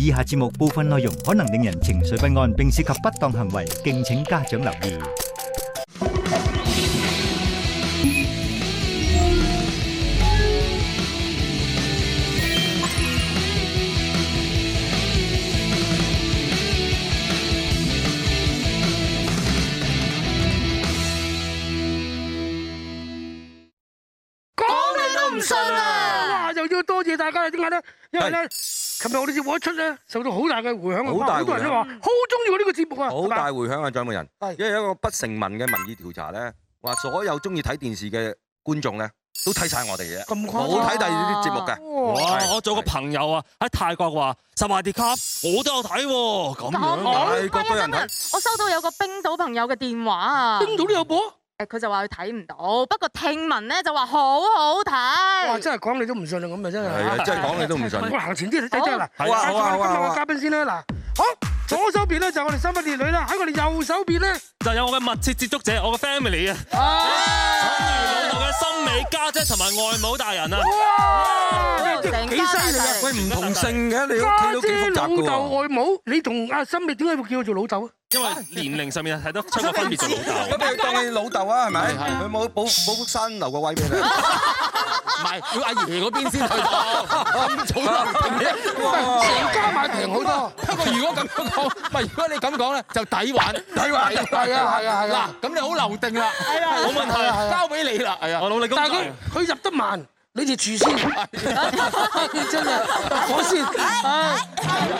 以下節目部分內容可能令人情緒不安，並涉及不當行為，敬請家長留意。講你都唔信啊！哇！又要多謝大家啦，點解咧？因為咧，琴日我哋節目一出咧，受到好大嘅迴響啊！好大哇好多人迴響都話好中意我呢個節目啊！好大迴響啊，張美人係，因為有一個不成文嘅民意調查咧，話所有中意睇電視嘅觀眾咧，都睇晒我哋嘅，咁誇張冇睇第二啲節目嘅。哇！哇！我做個朋友啊，喺泰國話十華迪卡，我都有睇喎，咁樣講我各個人睇我收到有個冰島朋友嘅電話啊，冰島都有播，誒佢就話佢睇唔到，不過聽聞咧就話好好哇！睇。真係講你都唔信啊！咁啊真係係啊，真係講你 都唔信。我行前啲睇睇啦，好嗱好啊介紹好啊我哋今好日啊嘅嘉賓先啦。嗱，好，左手邊咧就係我哋三位烈女啦，喺我哋右手邊咧，就有我嘅密切接觸者，我嘅 family 啊，老豆嘅森美家姐同埋外母大人啊，哇！真係幾犀利啊！喂，唔同姓嘅，你家屋企都幾姐、複老雜嘅豆、喎。外母，你同阿森，你點解會叫我做老豆啊？因為年齡上面睇得出個分別做老 豆，咁你當你老豆啊，係咪？佢冇保保福山留個位俾你。唔係，要阿爺嗰邊先去到，咁早啦。哇成家買平好多。不過如果咁樣講，唔係如果你咁講咧，就抵玩，抵玩係啊，係啊，係啊。嗱，咁你好留定啦，係啊，冇問題。交俾你啦，係啊我。努力工但係作佢。佢入得慢，你哋住先， 真係哎我先。唉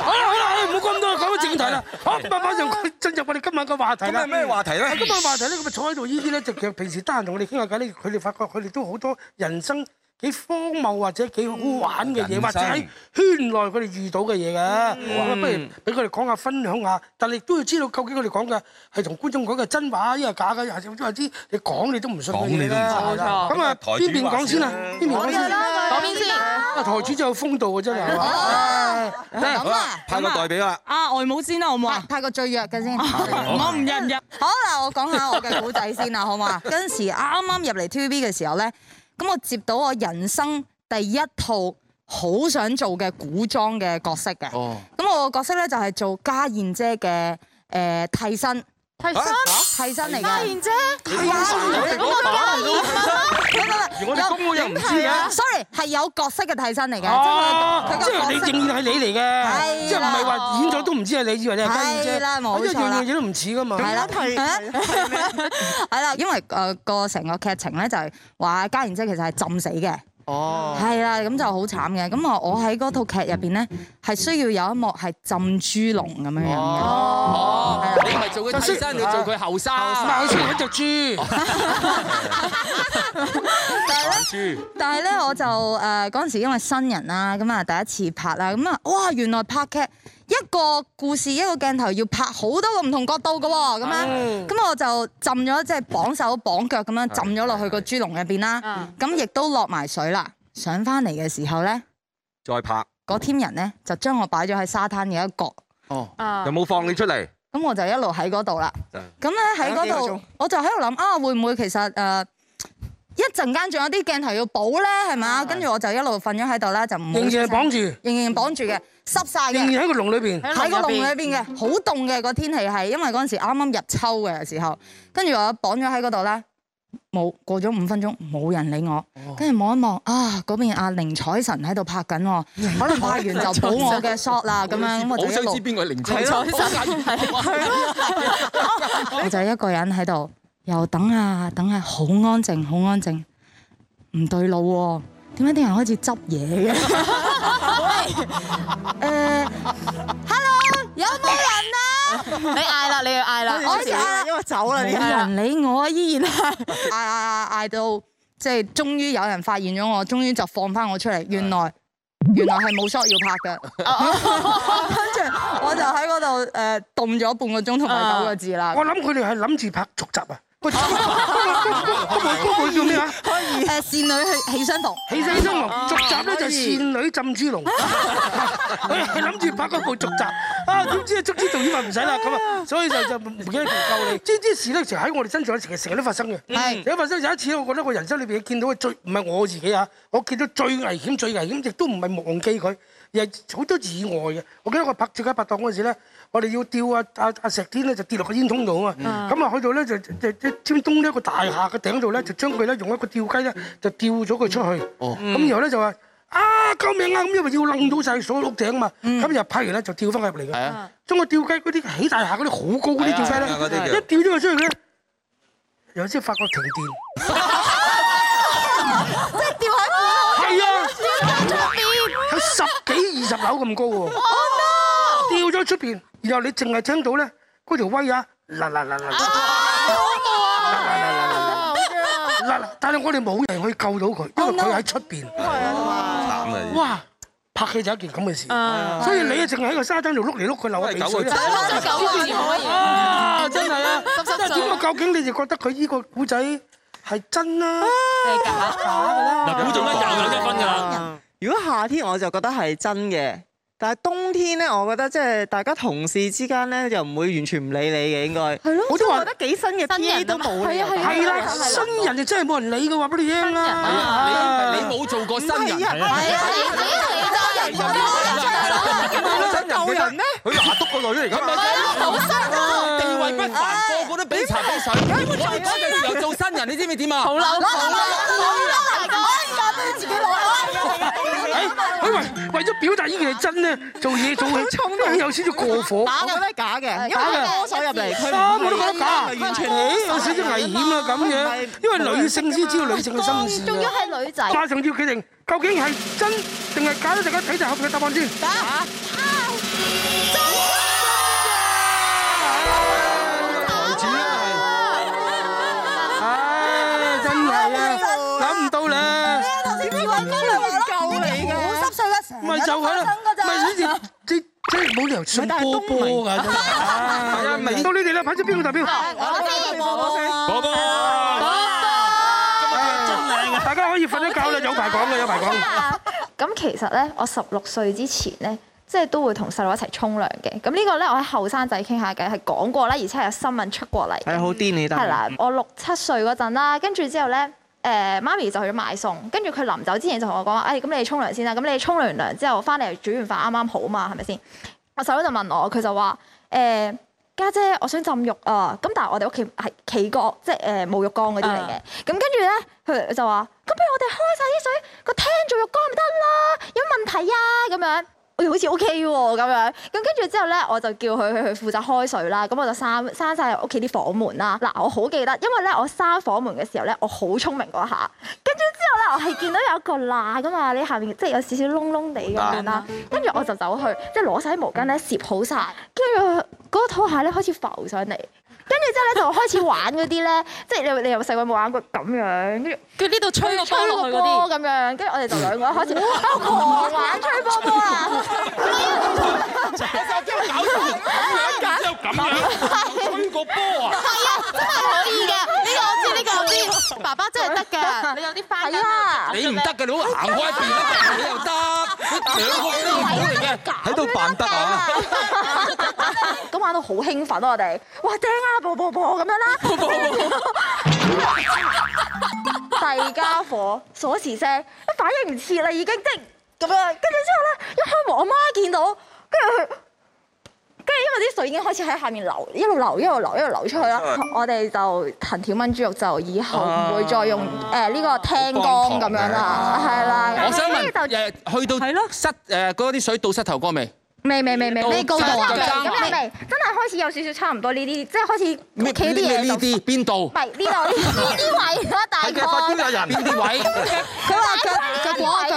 好啦好啦，唉唔好講咁多，講正題啦。好，咁啊馬上進入我哋今晚嘅話題咁啦。係咩話題咧？今晚話題咧，咁啊坐喺度呢啲咧，就其實平時得閒同我哋傾下偈咧，佢哋發覺佢哋都好多人生幾荒謬或者幾好玩嘅嘢，人生或者喺圈內佢哋遇到嘅嘢嘅。咁啊，不如俾佢哋講下分享下，但係都要知道究竟佢哋講嘅係同觀眾講嘅真話，一係假嘅，又係總之你講你都唔信嘅講你嘢都唔信啦。冇錯咁啊，台主邊邊講先啊？邊邊講先？嗰邊先，啊，台主就有風度嘅真係。唉啊好啦，派個代表啦。啊，外母先啦，好唔好啊？拍個最弱嘅先。啊哦我唔入唔入。好嗱，我講下我嘅古仔先啦，好嘛？嗰陣時啱啱入嚟 TVB 嘅時候咧，咁我接到我人生第一套好想做嘅古裝嘅角色嘅。哦，咁我個角色咧就係做家燕姐嘅誒替身，提啊替身嚟家嘅。燕姐，係我家燕啊我哋公會又唔知嘅啊 Sorry，係有角色嘅替身嚟嘅，即 Ờ, 哦，係佢即佢個係你角色仍然係你嚟嘅，係即係唔係話啦演咗都唔知係你，以為你係家燕姐，係啦冇因為錯啦樣樣嘢都唔似噶嘛。係啦，係啦，係啦，因為誒個成個劇情咧就係話家燕姐其實係浸死嘅。哦，係啦，咁就好慘嘅。咁啊，我喺嗰套劇入邊咧，係需要有一幕係浸豬籠咁樣樣嘅。哦，係啦你唔係做佢替身，你 Ờ. 做佢後生。但係佢雖然一隻豬，但係咧，我就誒嗰陣時因為新人啦，咁啊第一次拍啦，咁啊哇原來拍劇一個故事一個鏡頭要拍好多個唔同角度嘅喎，咁 Ờ. 樣咁我就浸咗即係綁手綁腳咁樣浸咗落去個豬籠入邊啦嗯，咁亦都落埋水啦。上翻嚟嘅時候咧，再拍，嗰 team 人咧就將我擺咗喺沙灘嘅一角。哦，啊有，冇放你出嚟？咁我就一路喺嗰度啦嗯。咁咧喺嗰度，我就喺度諗啊，會唔會其實誒、呃一陣間仲有啲鏡頭要補咧，係嘛？跟住我就一路瞓咗喺度啦，就唔好啊仍然係綁住，仍然綁住嘅，濕晒仍嘅。然喺個籠裏邊。喺個籠裏邊嘅，好凍嘅個天氣係，因為嗰陣時啱啱入秋嘅時候，跟住我綁咗喺嗰度啦，冇過咗五分鐘冇人理我，哦跟住望一望啊，嗰邊阿寧采臣喺度拍緊喎，可能拍完就補我嘅 shot 啦，咁樣咁我好就想一知路邊個係凌彩神。我就一個人喺度，又等啊等啊，好安靜，好安靜，唔對路喎、點解啲人開始執嘢嘅？ 喂，誒，hello，有冇人啊？你嗌啦，你要嗌啦，我因為走啦，冇人理我啊，依然係嗌嗌嗌嗌到，即係終於有人發現咗我，終於就放翻我出嚟。原來原來係冇 shot 要拍嘅，跟住我就喺嗰度誒凍咗半個鐘同埋九個字啦。我諗佢哋係諗住拍續集啊，喂，哥妹哥妹叫咩啊？誒善女去起相逢，起身生龍續集咧就係倩女浸豬籠，佢係諗住拍嗰部續集啊，點知啊，足之導演話唔使啦，咁啊，所以就就唔記得唔夠你。知唔知事咧，成日喺我哋身上成日成日都發生嘅，成日發生 有一次，我覺得我人生裏邊見到嘅最唔係我自己啊，我見到最危險、最危險，亦都唔係忘記佢，而係好多意外嘅。我記得我拍《最佳拍檔》嗰陣時咧，我哋要吊啊啊啊石天咧就跌落個煙囪度啊嘛，咁啊去到咧就就就尖東呢一個大廈嘅頂度咧，就將佢咧用一個吊雞咧就吊咗佢出去。嗯哦咁然後咧就話啊救命啊！咁因為要掕到晒所有屋頂嘛，嗯咁又拍完咧就跳翻入嚟係嘅。啊，將個吊雞嗰啲起大廈嗰啲好高嗰啲吊雞係啊嗰啲叫咧，一吊咗佢出去咧，有先發覺停電。即係掉喺半係啊，有十幾二十樓咁高喎。吊咗出邊，然後你淨係聽到咧嗰條威啊嗱嗱嗱嗱嗱嗱嗱嗱，但係我哋冇人去救到佢，因為佢喺出邊。慘啊！哇！拍戲就一件咁嘅事，所以你啊淨係喺個沙灘度碌嚟碌去流下鼻水喂狗啦啊。啊，真係啊！即係點啊？究竟你哋覺得佢依個古仔係真啦，假㗎啦？嗱，估中咧又有一分㗎啦。如果夏天我就覺得係真嘅，但係冬天咧，我覺得即係大家同事之間咧，又唔會完全唔理你嘅應該。係咯我都話覺得幾新嘅新人啊 P.A. 都冇理由係啊係啊係啦，係啦新人就真係冇人理嘅話俾你聽新人啊啦。你冇做過新人，à. 係啊係啊，你你你真人真人救人咩？佢拿督個女嚟㗎嘛。地位不凡，個個都俾茶俾水。我哋嗰陣時候做新人，你知唔知點啊？哎佢為為咗表達呢件係真咧，做嘢做好衝動嘢，有少少過火。我覺得係假嘅，因假為嘅歌手入嚟，佢啊！唔我都覺得假，係完全咦有少少危險啊咁樣，因為女性先知道女性嘅心事啊。馬上要決定究竟係真定係假咧，大家睇睇後面嘅答案先。唉，真係啊，諗唔到咧，咪就係啦，咪好似即即係冇理由信波波㗎，真係。係啊，明到你哋啦，派出邊個代表？波波，大家可以瞓咗覺啦，有排講嘅，有排講。咁其實咧，我十六歲之前咧，即係都會同細路一齊沖涼嘅。咁呢個咧，我喺後生仔傾下偈係講過啦，而且係有新聞出過嚟。係好嗯癲你但係啦，我六七歲嗰陣啦，跟住之後咧，誒、媽咪就去咗買餸，跟住佢臨走之前就同我講話，誒、哎咁你哋沖涼先啦，咁你哋沖完涼之後翻嚟煮完飯啱啱好嘛，係咪先？我細佬就問我，佢就話誒。家姐我想浸浴啊！咁但係我哋屋企係企角，即係誒冇浴缸嗰啲嚟嘅。咁跟住咧，佢就話：咁不如我哋開晒啲水，個廳做浴缸咪得啦，有乜問題啊？咁樣，我哋好似 O K 喎咁樣。咁跟住之後咧，我就叫佢去去負責開水啦。咁我就閂閂曬屋企啲房門啦。嗱，我好記得，因為咧我閂房門嘅時候咧，我好聰明嗰下。跟住之後咧，我係見到有一個罅噶嘛，你下面即係有少少窿窿地咁樣啦。跟住我就走去，即係攞晒啲毛巾咧，摺好晒。跟住嗰個拖鞋咧開始浮上嚟。跟住之後咧就開始玩嗰啲咧， 即係你你有細個有冇玩過咁樣，跟住吹個波咁樣，跟住我哋就兩個開始 喺度狂玩吹波啊波啦。之後咁樣推個波啊！係啦，你唔得嘅，你好行開一邊啦，但係你又得，你兩個都唔好嚟嘅，喺度扮得啊！咁玩到好興奮啊！我哋，哇正啊，步步步咁樣啦，遞家伙鎖匙聲，反應唔切啦已經，即係咁樣。跟住之後咧，一開門我媽見到，跟住佢。跟住因為啲水已經開始喺下面流，一路流一路流一路流出去啦。我哋就藤條炆豬肉就以後唔會再用誒呢個聽缸咁樣啦，係啦。我想跟住問就誒，去到係咯膝誒嗰啲水到膝頭哥未？未未未未未高度啊咁樣未，真係開始有少少差唔多呢啲，即係開始屋企啲咩嘢呢就啲邊度唔？係呢度呢啲位啦，大概。邊啲位？佢話腳腳果腳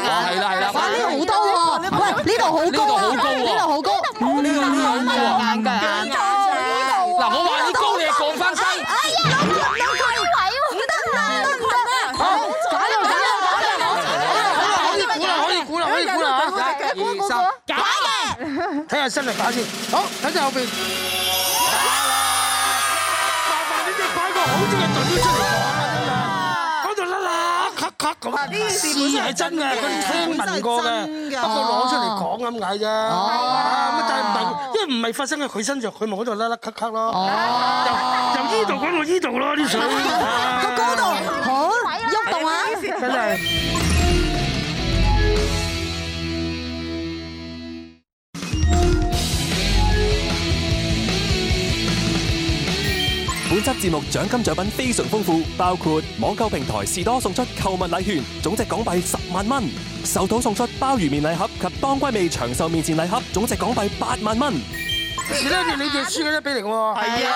哦，係啦係啦，哇！呢度好多喎，喂，呢度好高啊，呢度好高，呢度呢 à? à? 度呢度啊嗱，我話你高，你係降翻身。可以估啦，可以估啦，可以一、二、估啦嚇。三。睇下新嚟假先。好，睇睇後邊。 Hãy subscribe cho kênh Ghiền Mì Gõ Để không bỏ lỡ 個好中嘅代表出嚟講啦，真係講到啦啦咔咔咁。呢件事係真嘅，佢聽聞過嘅，不過攞出嚟講咁解啫。啊咁但係唔係，因為唔係發生喺佢身上，佢咪嗰度啦啦咔咔咯。由由呢度講到呢度咯，啲水。個高度好喐動啊！真係。本輯節目獎金獎品非常豐富，包括網購平台士多送出購物禮券，總值港幣十萬蚊；壽桃送出鮑魚麵禮盒及當歸味長壽麵前禮盒，總值港幣八萬蚊。而咧，你哋輸嘅咧俾嚟嘅喎。係啊。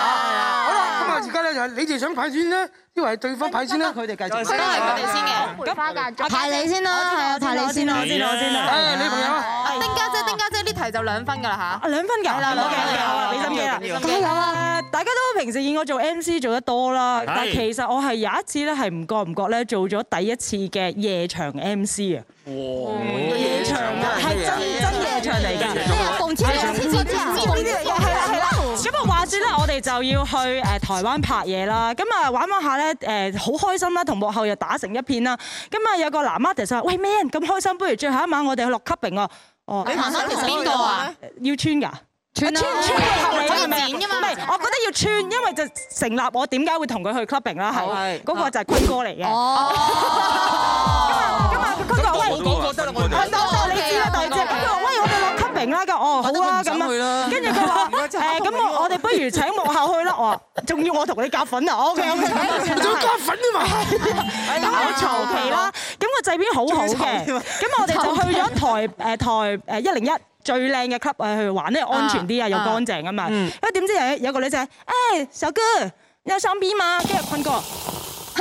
好啦，咁啊，而家咧就係你哋想派先咧，因為對方派先啦。佢哋繼續都係佢哋先嘅梅啊花間竹排你先啦，係啊，排你先啦，我知啦我知啦我知啦誒，女朋友啊，丁家姐，丁家姐呢題就兩分㗎啦嚇。兩分㗎，係啦，兩分㗎俾心機啦，俾心機加油啊！大家都平時見我做 MC 做得多啦，但係其實我係有一次咧係唔覺唔覺咧做咗第一次嘅夜場 MC 啊。夜場啊，係真真夜場嚟㗎。馮千祥係啊馮千祥係啦係啦。咁啊話説咧，我哋就要去誒台灣拍嘢啦。咁啊玩玩下咧誒，好開心啦，同幕後又打成一片啦。咁啊有個男 artist 就話：喂 man，咁開心，不如最後一晚我哋去落 clubbing 啊！哦，男 artist 邊個啊？要穿㗎。穿啊穿穿嘅合理可以係咪啊？剪㗎嘛唔係，我覺得要穿，因為就成立我點解會同佢去 clubbing 啦，哦係嗰個就係坤哥嚟嘅。咁我冇講過得啦，我係我你知啦，大姐。咁佢話：喂，我哋落 clubbing 啦，咁哦好啊，咁啊。跟住佢話：誒，咁我我哋不如請幕後去啦。我話：仲要我同你夾粉啊？OK OK。仲加粉添嘛？咁我籌期啦。咁個製片好好嘅。咁我哋就去咗台誒台誒一零一。最靚嘅 club 誒去玩咧，安全啲啊，又乾淨啊嘛。因為點知有有個女仔，誒小哥，你有上 B 嘛？跟住坤哥。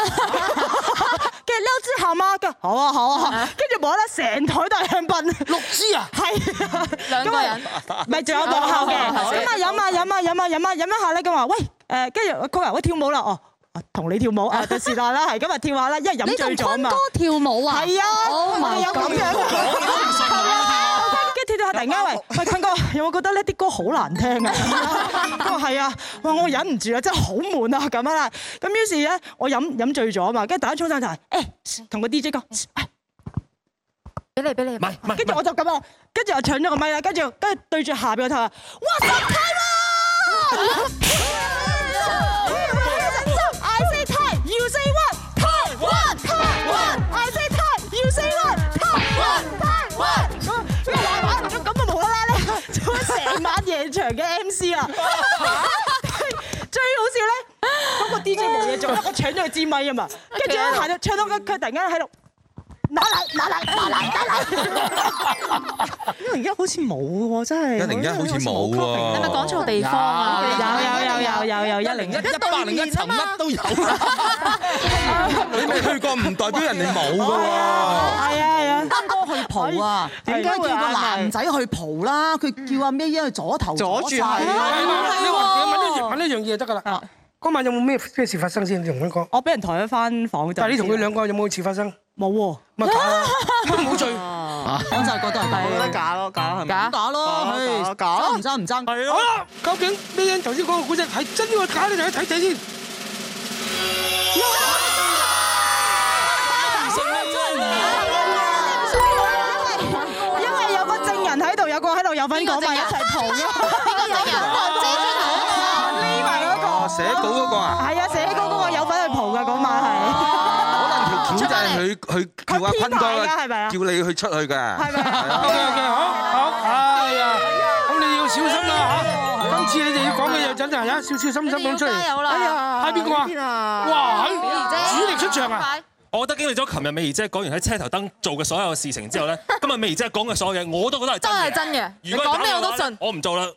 跟住溜支後媽，跟住好啊好啊好啊，跟住冇啦，成台都係香檳，六支 啊，係啊，兩個人咁啊，咪仲有幕後嘅，咁啊飲啊飲啊飲啊飲啊飲一下咧，咁話喂誒，跟住佢話喂跳舞啦，哦，啊同你跳舞啊，就是但啦，係今日跳下啦，因為飲醉咗啊嘛，你同坤哥跳舞啊？係啊， Oh 我哋 Dạ, my 有咁樣嘅，係啊，跟住跳跳下突然間喂喂坤哥，有冇覺得呢啲歌好難聽 à. 啊？佢話係啊，哇我忍唔住啊，真係好悶 à, 啊咁樣啦，咁於是咧我飲飲醉咗啊嘛，跟住大家衝上台，誒同個 DJ 講。俾你俾你，唔係跟住我就咁啊，跟住我搶咗個咪啦，跟住跟住對住下邊個頭話，哇塞，I say time, you say what? Taiwan, Taiwan, I say time, you say what? Taiwan, Taiwan。咁啊玩 咁咁啊無啦啦咧， 做咗成晚夜場嘅 MC 啊！ 最好笑咧，嗰個 DJ 冇嘢做，我搶咗佢支咪啊 嘛，跟住咧行到唱到佢佢突然間喺度。拿嚟拿嚟拿嚟 拿嚟！因為而家好似冇喎，真係101好似冇喎你咪講錯地方啊！有有有有有有一零一一百零一層乜都有。你未去過唔代表人哋冇㗎喎。係啊係啊，坤哥去蒲啊，點解叫個男仔去蒲啦？嗯佢叫阿咩因去左頭阻住手係啊你話你問一樣問一樣嘢就得㗎啦。嗰晚有冇咩咩事發生先？你同佢講。我俾人抬咗翻房度。但係你同佢兩個有冇事發生？冇喎。咪假咯，都冇罪。我就覺得係得啊假咯，假啊係咪？假假咯，假唉假爭唔爭唔爭？係好啦，究竟咩人頭先講個古仔係真定係假咧？大家睇睇先。啊因為有個證人喺度，有個喺度有份講埋一齊蒲邊個整人？匿埋嗰個哦，寫稿嗰個 à. 啊，係啊，寫高嗰個有份去蒲㗎嗰晚係。條橋就係佢佢叫阿坤哥佢編排㗎係咪啊叫你去出去㗎。係咪啊 OK OK，好好，哎呀，咁你要小心啦嚇。今次你哋要講嘅嘢真係啊，小小心心咁出嚟。加油啦啊哎呀，係邊個邊啊？啊哇，姐主力出場啊！我覺得經歷咗琴日美儀姐講完喺車頭燈做嘅所有事情之後咧，今日美儀姐講嘅所有嘢我都覺得係真嘅。真係真嘅如果係你講咩假我都嘅話呢信我唔做啦。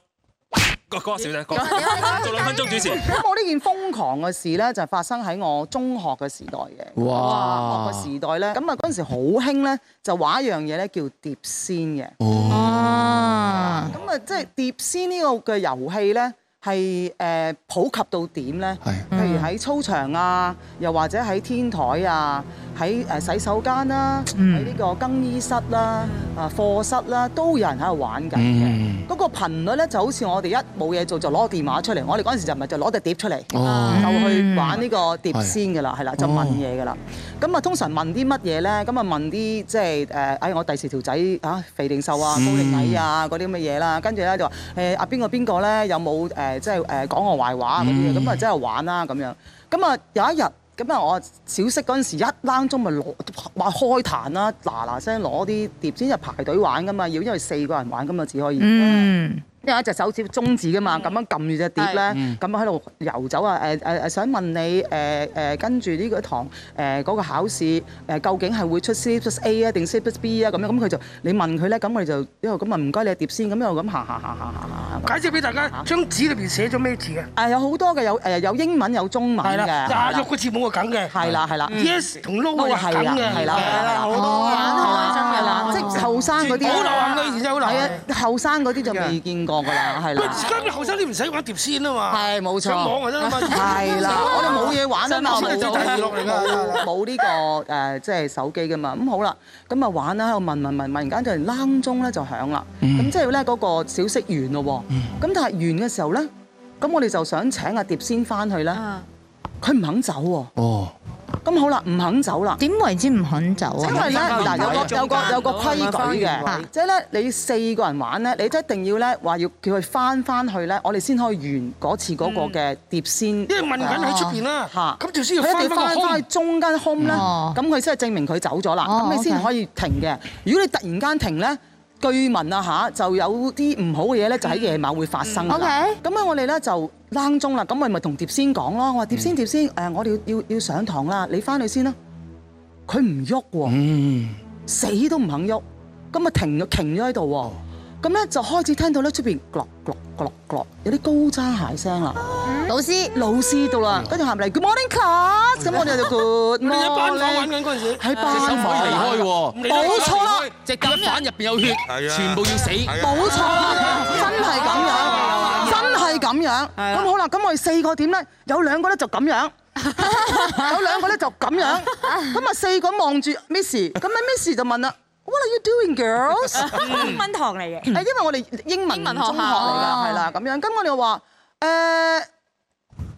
郭郭小姐，郭做兩分鐘 主持。咁我呢件瘋狂嘅事咧，就發生喺我中學嘅時代嘅。哇中學嘅時代咧，咁啊嗰陣時好興咧，就玩一樣嘢咧叫碟仙嘅。哦。咁啊，即係碟仙呢個嘅遊戲咧，係呃誒普及到點咧？譬如喺操場啊，又或者喺天台啊，喺誒洗手間啦，嗯喺呢個更衣室啦、啊課室啦，都有人喺度玩緊嗯嘅。嗰個頻率咧就好似我哋一冇嘢做就攞個電話出嚟，我哋嗰陣時就唔係就攞隻碟出嚟，哦就去玩呢個碟係先㗎啦，係啦，就問嘢㗎啦。咁啊，通常問啲乜嘢咧？咁啊問啲即係誒，哎我第時條仔啊肥定瘦啊，高定矮啊嗰啲咁嘅嘢啦。跟住咧就話誒啊邊個邊個咧有冇誒即係呃誒講我壞話嗰啲嘢，咁啊即係玩啦咁樣。咁啊有一日。咁啊！我小息嗰陣時，一冷鐘咪攞話開壇啦，嗱嗱聲攞啲碟先入排隊玩噶嘛，要因為四個人玩咁啊，只可以。嗯。因為一隻手指中指噶嘛，咁樣撳住隻碟咧，嗯咁樣喺度遊走啊！誒誒誒，想問你誒誒跟住呢個堂誒嗰個考試誒究竟係會出 C plus A 啊定 C plus B 啊咁樣，咁佢就你問佢咧，咁我哋就一路咁問唔該你碟先，咁一路咁行行行行行行。解釋俾大家，啊張紙裏邊寫咗咩字嘅？誒有好多嘅，有誒有英文有中文係嘅。啦，係啦廿六個字母係梗嘅。係啦係啦嗯，yes 同 no 都係係梗啦嘅。係啦係啦好多啊係啦即係後生嗰啲好流行嘅，而且好流行係啊，後生嗰啲就未見過㗎啦，係喂，啦。而家啲後生啲唔使玩碟仙啊嘛，係冇錯，上網就得啦嘛，係 啦，我哋冇嘢玩啊嘛，上網冇 先係第二落嚟冇㗎。冇呢個誒，即係手機噶嘛。咁好啦，咁啊玩啦，喺度問問問，問然間就冷鐘咧就響啦。咁即係咧嗰個小息完咯喎。咁但係完嘅時候咧，咁我哋就想請阿碟仙翻去啦。佢唔肯走喎。哦。咁好啦，唔肯走啦。點為之唔肯走啊？因為咧嗱，有個有個有個規矩啊嘅，即係咧你四個人玩咧，你都一定要咧話要叫佢翻翻去咧，我哋先可以完嗰次嗰個嘅碟仙。因為問緊喺出邊啦嚇，咁條先要佢一定翻返翻個翻 home 去中間 home 咧，哦咁佢先係證明佢走咗啦，哦咁你先 OK 可以停嘅。如果你突然間停咧，據聞啊嚇，就有啲唔好嘅嘢咧，就喺夜晚會發生㗎啦。咁啊，我哋咧就冷鐘啦，咁我咪同碟仙講咯，我話碟仙碟仙，誒，我哋要要要上堂啦，你翻去先啦。佢唔喐喎，死都唔肯喐，咁啊停咗停咗喺度喎，咁咧就開始聽到咧出邊咯咯咯咯有啲高踭鞋聲啦，老師老師到啦，跟住行嚟 Good morning class，咁我哋 就 Good 你 morning，喺班房玩緊嗰陣時，喺班隻手唔可以離開喎，哦冇錯啦，隻夾反入邊有血，全部要死，冇冇 錯啦，真係咁樣，真係咁樣。咁好啦，咁我哋四個點咧，有兩個咧就咁 樣。有兩個咧就咁樣，咁啊四個望住 Miss，咁啊 Miss 就問啦：What are you doing, girls？英文堂嚟嘅嗯誒，因為我哋英文中學嚟㗎，哦係啦咁樣。咁我哋就話誒，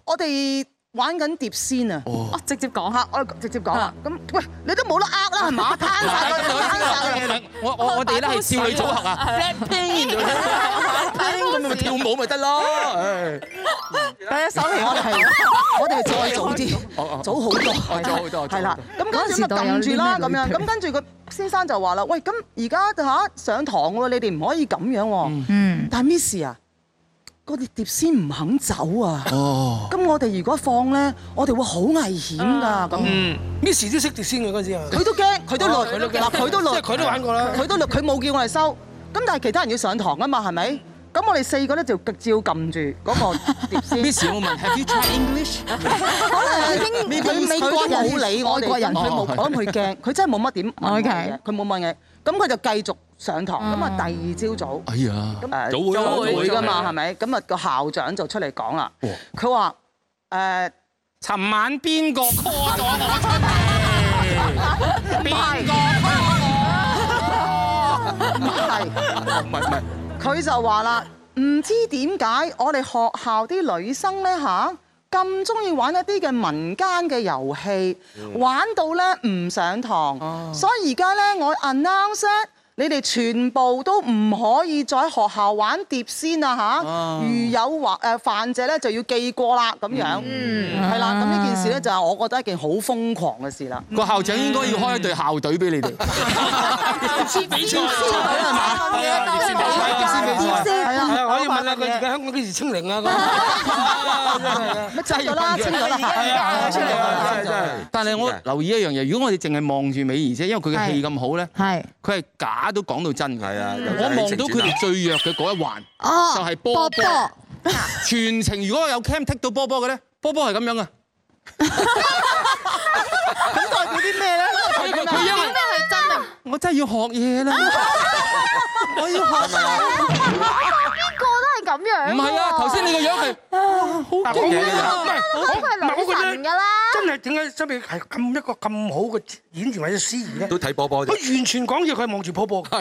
我哋玩緊碟仙啊！哦，直接講嚇，我哋直接講啦。咁喂，你都冇得呃啦，係嘛？攤晒佢攤晒佢我我我 哋咧係少女組合啊，Blackpink，咁啊咪跳舞咪得咯。第一首嚟，我哋係我哋係再早啲，早好多，早好多係啦。咁嗰跟陣住時咪代有呢撳啲住啦，咩咁女樣團咁跟住個先生就話啦：，喂，咁而家嚇上堂喎，你哋唔可以咁樣喎。嗯。但係 Miss 啊，嗰碟碟先唔肯走啊。哦。咁我哋如果放咧，我哋會好危險㗎。咁嗯。Miss 都識碟仙嘅嗰陣時啊，佢都驚，佢都哦累，佢都驚嗱佢都累，即係佢都玩過啦佢都累，佢冇叫我哋收，咁但係其他人要上堂啊嘛，係咪？咁我哋四個咧就照撳住 嗰個碟先。 Miss，我問 Have you tried English？可能已經佢美國人冇理我哋，外國人佢冇，哦我諗佢驚，佢真係冇乜點問我嘅，佢冇問嘅，咁佢就繼續上堂，咁啊第二朝早。哎呀，誒早早會啦早會會㗎嘛，早會係咪？咁啊個校長就出嚟講啦，佢話誒，尋晚邊個 call 咗我出嚟？邊個 call 我？唔係。唔係唔係，佢就話啦，唔知點解我哋學校啲女生呢吓咁中意玩一啲嘅民間嘅遊戲，玩到呢唔上堂，所以而家呢，我 announce 呢你哋全部都唔可以再喺學校玩碟仙啦吓，如有或誒犯者呢，就要記過啦咁樣，係啦，咁呢件事呢，就係我覺得一件好瘋狂嘅事 啦。個校長應該要開一隊校隊俾你哋。比賽碟仙隊係嘛係啊，碟仙比賽，碟仙比賽，係啊，可以問下佢而家香港幾時清 零啊？咁乜清咗啦清咗啦係啊，清咗啦，真係真係。但係我留意一樣嘢，如果我哋淨係望住美儀啫，因為佢嘅戲咁好咧，佢係假都講到真嘅。我望到佢哋最弱嘅嗰一環，哦就係波波波。全程如果有 cam 剔到波波嘅咧，波波係咁樣啊。咁代表啲咩咧？佢佢佢因為係真啊！我真係要學嘢啦，我要學。邊個都係咁咁樣喎。唔係啊頭先你個樣係哇 아,嗱，好我覺勁得啊！唔係我覺得佢係我唔係我女覺得神㗎啦。真係點解真係係咁一個咁好嘅演員或者司儀咧？都睇波波啫佢。完全講嘢，佢係望住波波，好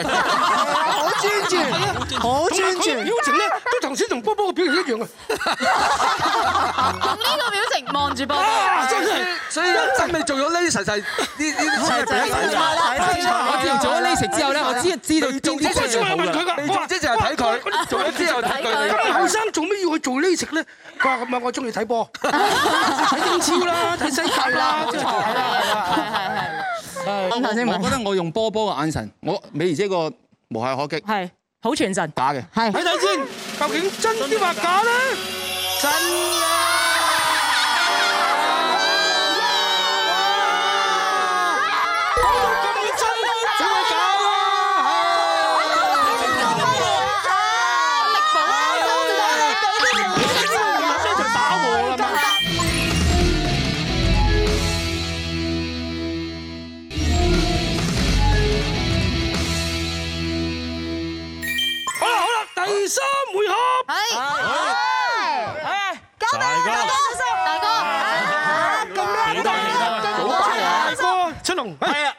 專注，好專注同埋佢嘅表情咧，都頭先同波波嘅表情一樣嘅。用呢個表情望住波波。啊真係所以真係做咗呢啲實實呢呢啲真啊係睇晒 아,我知道做咗呢食之後咧我知知道邊啲我先先係好問啦佢㗎，你做即係淨係睇佢哇做咗之後睇佢咁後生做咩要去做呢食咧？佢話唔係我中意睇波，睇英超啦，睇西甲啊 아,啦，即係係啦係啦。我頭先問我覺得我用波波嘅眼神，我美儀姐個無懈可擊，係好傳神，假嘅。係睇睇先，究竟真啲或假咧？真好啦好啦，第三回合。係係交大哥大哥，咁好大哥出龍，係啊，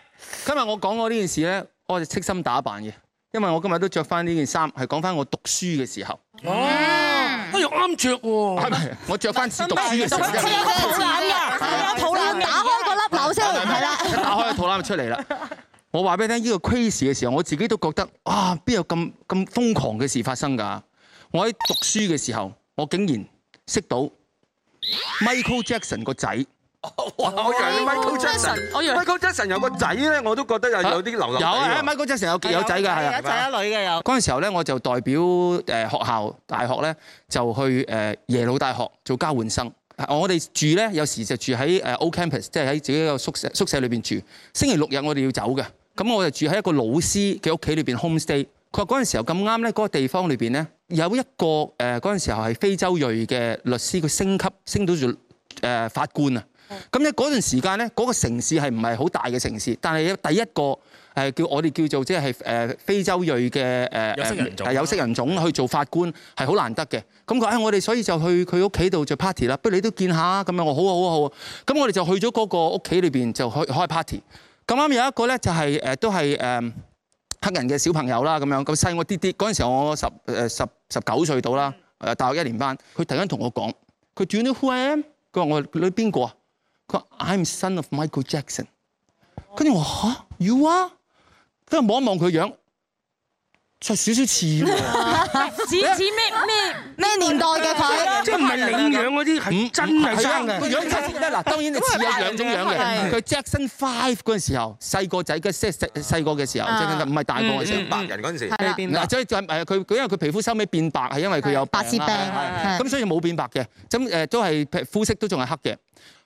今日我講過呢件事咧，我係悉心打扮嘅，因為我今日都着翻呢件衫，係講翻我讀書嘅時候。哦，哎呀啱着喎，係咪？我着翻似讀書嘅時候。佢有個肚腩㗎，佢有肚腩，打開個粒鈕先，係啦。一打開個肚腩就出嚟啦。我話俾你聽，呢個 crazy 嘅時候，我自己都覺得啊，邊有咁咁瘋狂嘅事發生㗎？我喺讀書嘅時候，我竟然識到 Michael Jackson 個仔。哇！我以為你 Michael Jackson， Jackson，我以為 Michael Jackson 有個仔咧，我都覺得有有啲流流地有啊喎，Michael Jackson 有有仔㗎，係啊。女嘅有。嗰陣時候咧，我就代表誒學校大學咧，就去誒耶魯大學做交換生。啊我哋住咧，有時就住喺誒 O campus，即係喺自己個宿舍宿舍裏邊住。星期六日我哋要走嘅，咁我就住喺一個老師嘅屋企裏邊 home stay。佢話嗰陣時候咁啱咧，嗰個地方裏邊咧有一個誒嗰陣時候係非洲裔嘅律師，佢升級升到做誒法官啊。咁咧嗰段時間咧，嗰、個城市係唔係好大嘅城市？但係有第一個誒叫我哋叫做即係誒非洲裔嘅誒有色人種有色人種去做法官係好難得嘅。咁佢話：，唉、我哋所以就去佢屋企度做 party 啦，不如你都見下咁樣。我好啊，好啊，好啊。咁我哋就去咗嗰個屋企裏邊就開開 party。咁啱有一個咧就係、誒、都係誒。黑人嘅小朋友啦，咁樣咁細我啲啲。嗰陣時候我十誒十十九歲到啦，誒大學一年班。佢突然間同我講，佢 Do you know who I am？佢話我你邊個啊？佢話 I'm son of Michael Jackson。跟住我嚇、You are？跟住望一望佢樣，就少少似喎。似似咩咩咩年代嘅佢？即係唔係領養嗰啲係真 係係啊，生嘅，個樣似得嗱，當然你似有兩種樣嘅。係佢 Jackson Five 嗰陣時候，細個仔嘅即係細細個嘅時候，啊即係唔係大個嘅時候嗯，白人嗰陣時係啦變白嗱，所以就誒佢佢因為佢皮膚收尾變白係因為佢有白血病啊係係咁所以冇變白嘅，咁誒都係膚色都仲係黑嘅。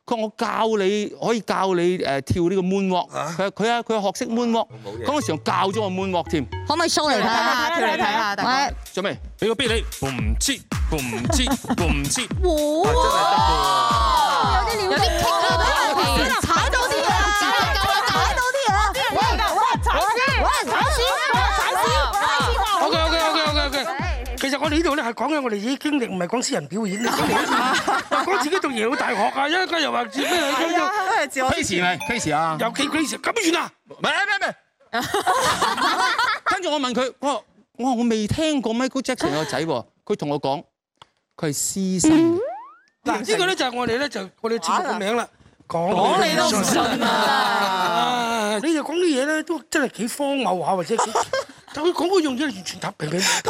佢話我教你可以教你誒跳呢個 moonwalk，佢話佢啊佢學識 moonwalk，嗰陣時候教咗我 moonwalk 添。可唔可以 show 嚟睇下？睇下跳嚟睇下，大家。準備俾個 beat 你，唔知，唔知，唔 知。有啲棘啊！踩到啲嘢啦，踩到啲嘢啦！喂喂，踩屎！喂，踩屎！踩屎！ O K O K O K O K O K。其實我哋呢度咧係講緊我哋自己經歷，唔係講私人表演。講自己讀耶魯大學啊，一家又話自己喺係啊都係自我 Crazy 咪 Crazy 啊？有幾 crazy 咁完啊？唔係唔係唔係。跟住我問佢，我話我話我未聽過 Michael Jackson 個仔喎，佢同我講佢係私生。嗱，呢個咧就係我哋咧就我哋節目嘅名啦。講啊講你都唔信啊！你就講啲嘢咧，都真係幾荒謬下，或者 幾但佢講嗰樣嘢完全搭平佢，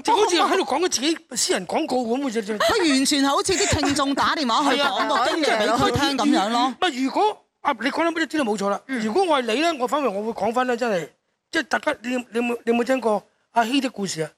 就好似喺度講緊自己私人廣告咁嘅啫。佢完全係好似啲聽眾打電話去啊講個經歷俾佢聽咁樣嗯咯。唔係，如果啊，你講得乜啲都冇錯啦。嗯如果我係你咧，我反而我會講翻咧，真係即係大家，你你有冇你有冇聽過阿希的故事啊？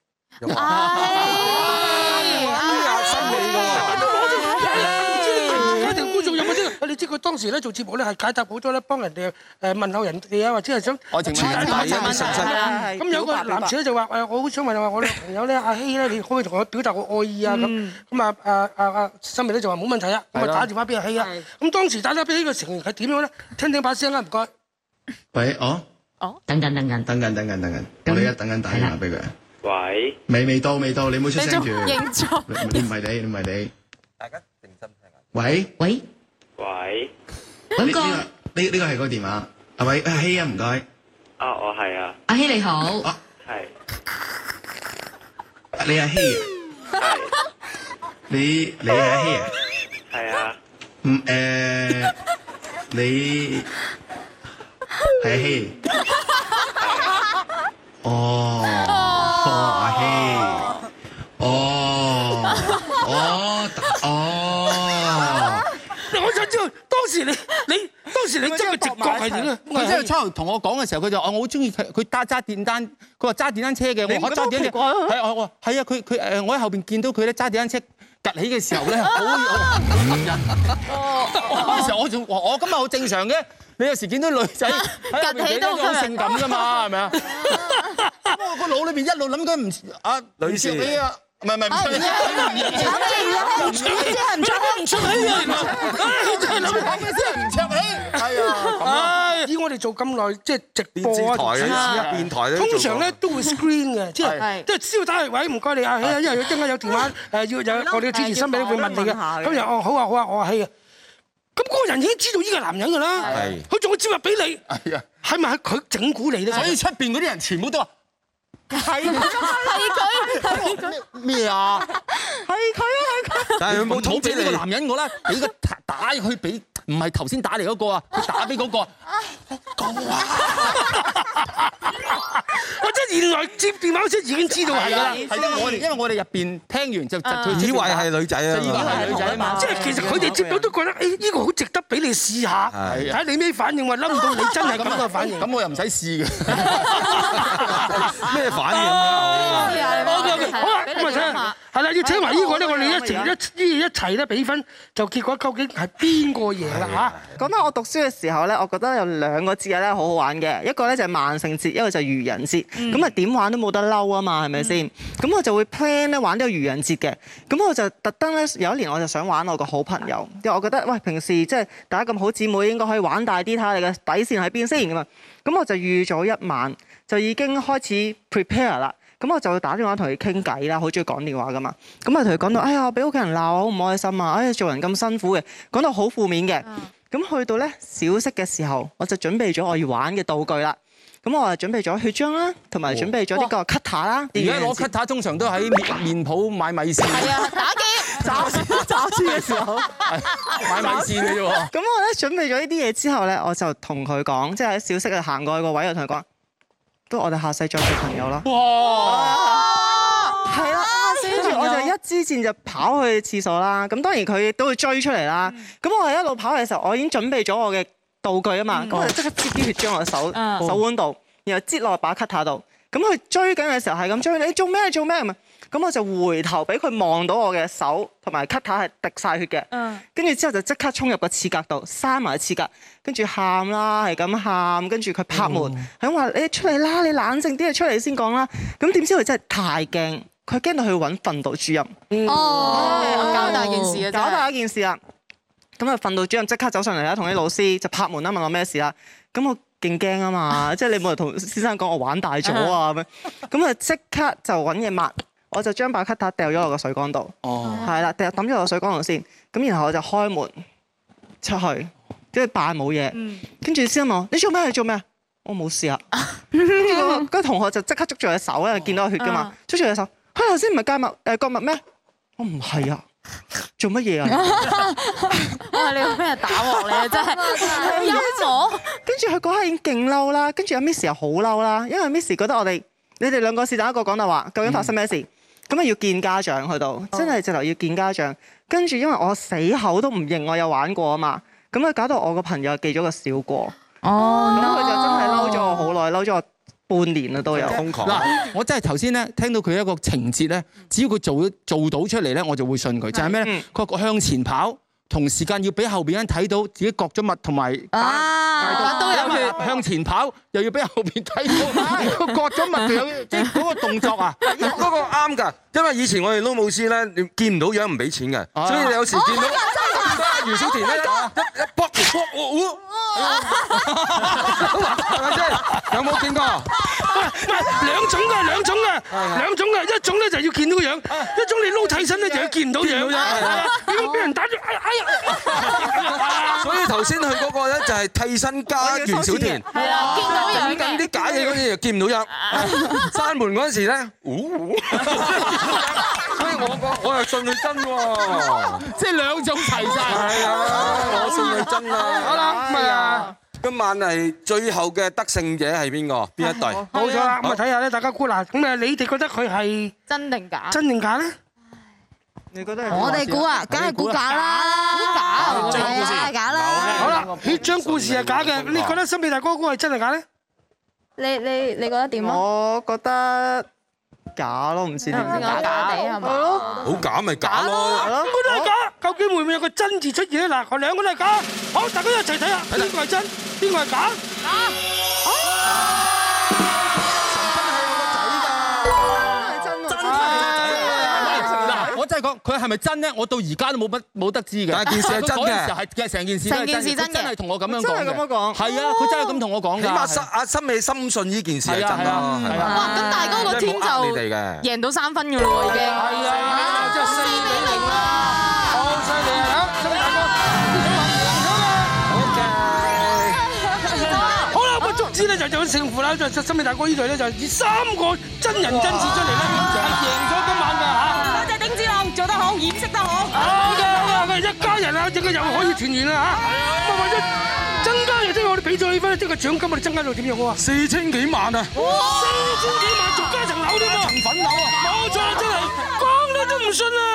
有條觀眾有冇知？你知佢當時咧做節目咧係解答好多咧，幫人哋誒問候人哋啊，或者係想愛情問題傳遞愛情一啲問題信息係啊係咁有個表白表白男士咧就話誒，我好想問下我女朋友咧，阿希咧，你可唔可以同我表達我愛意啊？咁咁啊啊啊啊，新美咧就話冇問題啊，咁係啊啦打電話俾阿希啊。咁當時打電話俾呢個成員係點樣咧？聽聽把聲啦，唔該。喂，哦，哦，等緊等緊等緊等緊等緊，我哋而家等緊打電話俾佢。喂，未未到未到，你唔好出聲住。你仲認錯你唔係你，唔係你。大家定心聽。喂喂喂，呢個呢呢個係個電話。啊喂，阿希啊，唔該。啊，我係啊，阿希你好。係你阿希啊？你你係阿希啊？係啊，嗯誒，你係阿希。哦，哦阿希，哦，哦，哦。我想知道當時你你當時你真係直覺係點咧？佢即係初頭同我講嘅時候，佢就話哦我好中意佢，佢揸揸電單，佢話揸電單車嘅，你唔我話覺得好揸電單奇車，怪啊係我我係啊，佢佢誒，我喺後邊見到佢咧揸電單車趌起嘅時候咧，好我嗰陣時我仲我我今日好正常嘅，你有時見到女仔喺後邊趌起幾都多好佢性感㗎嘛，係咪啊？我個腦裏邊一路諗緊唔啊女士你啊，唔係唔係唔係唔係唔係。唔出即係唔出，唔出係啊！以我哋做咁耐，即係直播啊，電視台啊啊電台都做過通常咧都會 screen 嘅，即係係即係燒打嚟位，唔該你啊，係啊因為一陣間有電話誒要有我哋嘅主持新聞會問你嘅，係咁又哦好啊好啊，我係啊，咁嗰個人已經知道呢個男人㗎啦係，佢仲會招入俾你，係咪佢整蠱你咧？所以出邊嗰啲人全部都話係佢係佢咩啊？係佢啊係佢。但係佢冇唔好捅俾俾呢個你男人我啦，俾個打打佢俾，唔係頭先打嚟嗰個啊，佢打俾嗰個啊。我真係原來接電話嗰時已經知道係㗎啦，係因為我哋因為我哋入邊聽完就就就以為係女仔啊就以為係女仔啊嘛。即係其實佢哋接到都覺得，誒呢個好值得俾你試下，睇係下你咩反應喎，諗唔到你真係咁啊嘅反應。咁我又唔使試嘅。啊咩反應啊？好嘅，好啊，咁啊請，係啦，要請埋呢個咧，我哋一齊一呢一齊咧俾分，就結果究竟係邊個贏啦嚇？講嗯啊到我讀書嘅時候咧，我覺得有兩個節日咧好好玩嘅，一個咧就係萬聖節，一個就係愚人節。嗯咁啊點玩都冇得嬲啊嘛，係咪先？咁我就會 plan 咧玩呢個愚人節嘅。咁我就特登咧有一年我就想玩我個好朋友，因為我覺得喂平時即係大家咁好姊妹，應該可以玩大啲，睇下你嘅底線喺邊先咁啊。咁我就預咗一晚，就已經開始 prepare 啦。咁我就打電話同佢傾偈啦，好中意講電話噶嘛。咁啊同佢講到，哎呀，我俾屋企人鬧，好唔開心啊！哎呀，做人咁辛苦嘅，講到好負面嘅。咁去到咧小息嘅時候，我就準備咗我要玩嘅道具啦。咁我就準備咗血漿啦，同埋準備咗呢個 cutter 啦。而家攞 cut 通常都喺面面鋪買米線。係啊，打機揸揸車嘅時候。買米線嘅啫喎。咁我咧準備咗呢啲嘢之後咧，我就同佢講，即係喺小息啊行過去個位，我同佢講，不如我哋下世再做朋友啦。係啦，跟住我就一支箭就跑去廁所啦。咁當然佢亦都會追出嚟啦。咁我係一路跑嘅時候，我已經準備咗我嘅道具啊嘛。咁我就即刻擠啲血漿落哦手嗯手腕度，然後擠落把 cutter 度。咁佢追緊嘅時候係咁追你，做咩？你做咩？咁啊咁我就回頭俾佢望到我嘅手同埋 cutter 係滴晒血嘅。嗯跟住之後就即刻衝入個廁格度，閂埋廁格，跟住喊啦，係咁喊，跟住佢拍門，係咁話你出嚟啦，你冷靜啲，你出嚟先講啦。咁點知佢真係太驚，佢驚到去揾訓導主任。哦搞大件事啊真係搞大一件事啦。咁啊，訓導主任即刻走上嚟啦，同啲老師就拍門啦，問我咩事啦。咁我勁驚啊嘛， 即係你冇人同先生講我玩大咗啊咁樣。咁啊，即刻就揾嘢抹，我就將把 cutter 掉咗落個水缸度。哦，係啦，掉抌咗落個水缸度先。咁然後我就開門出去，跟住扮冇嘢。跟住先生問我：你做咩？你做咩啊？我冇事啊。跟住嗰個嗰個同學就即刻捉住我隻手咧，見到我血噶嘛啊，捉住我隻手。佢頭先唔係戒物誒割物咩？我唔係啊，做乜嘢啊？哦哇！你咩打鑊咧？ 真係陰我。跟住佢嗰刻已經勁嬲啦，跟住阿 Miss 又好嬲啦，因為 Miss 覺得我哋你哋兩個是但一個講大話，究竟發生咩事？嗯咁啊要見家長去哦到，真係直頭要見家長。跟住因為我死口都唔認我有玩過啊嘛，咁啊搞到我個朋友記咗個小過，哦，咁佢就真係嬲咗我好耐，嬲咗我半年啦都有。嗱，我真係頭先咧聽到佢一個情節咧，只要佢做做到出嚟咧，我就會信佢。就係咩嗯咧？佢話向前跑，同時間要俾後邊人睇到自己割咗物同埋 À, 啊，都有血。向前跑，又要俾後邊睇到割咗物，就有即係嗰個動作啊！ 嗰個啱㗎，因為以前我哋撈舞師咧，你見唔到樣唔俾錢嘅，所以你有時見到。啊，袁小田咧一一卜卜我我，哦啊係咪先？有冇見過？兩種嘅，兩種嘅，兩種嘅，一種咧就要見到個樣，一種你撈替身咧就要見唔到樣。如果俾人打咗，哎呀哎所以頭先佢嗰個咧就係替身加袁小田，啊係啦見到樣嘅整緊啲假嘢嗰陣又見唔到樣，閂門嗰陣時咧，呜，所以我我我又信佢真喎，即係兩種齊晒，係啊，我信佢真啊，好啦，咁啊。今晚係最後嘅得勝者係邊個？邊一隊？冇錯啦，咁啊睇下咧，大家估啦，咁啊你哋覺得佢係真定假？真定假咧？你覺得我哋估啊，梗係估假啦，估假係啊，假啦。好啦，呢張故事係假嘅，你覺得森美大哥估係真定假咧？你你你覺得點啊？我覺得假咯，唔知點解假假地係嘛？好假咪假咯，兩個都係假，究竟會唔會有個真字出現咧？嗱，佢兩個都係假，好，大家一齊睇下邊個係真，邊個係假？啊啊嗱，我真係講佢係咪真咧？我到而家都冇乜冇得知嘅。但係件事係嗰真嘅陣時係嘅，成件事都係成件事真嘅佢真係同我咁樣講嘅。佢真係咁樣講係啊，佢真係咁同我講㗎。起碼心阿心美深信呢件事係真係啦啊，係係啊嘛哇咁大哥個即 team 係冇呃你哋就嘅。贏到三分嘅咯喎，已經。係啊，即係四比零啦！好犀利啊！好，森美大哥，好啦，咁啊總之咧就有勝負啦，就森美大哥呢隊咧就以三個真人真事出嚟咧，係贏咗今晚㗎嚇。多謝丁子朗做得好，掩飾得好。好嘅，好嘅，一家人啊，整個又可以團圓啦嚇。咁啊，為咗增加又即係我哋比賽氣氛，即係個獎金我哋增加到點樣好啊？四千幾萬啊！ 뭐. 어,四千幾萬仲加層樓添啊！層粉樓啊！冇錯，真係講你都唔信啊！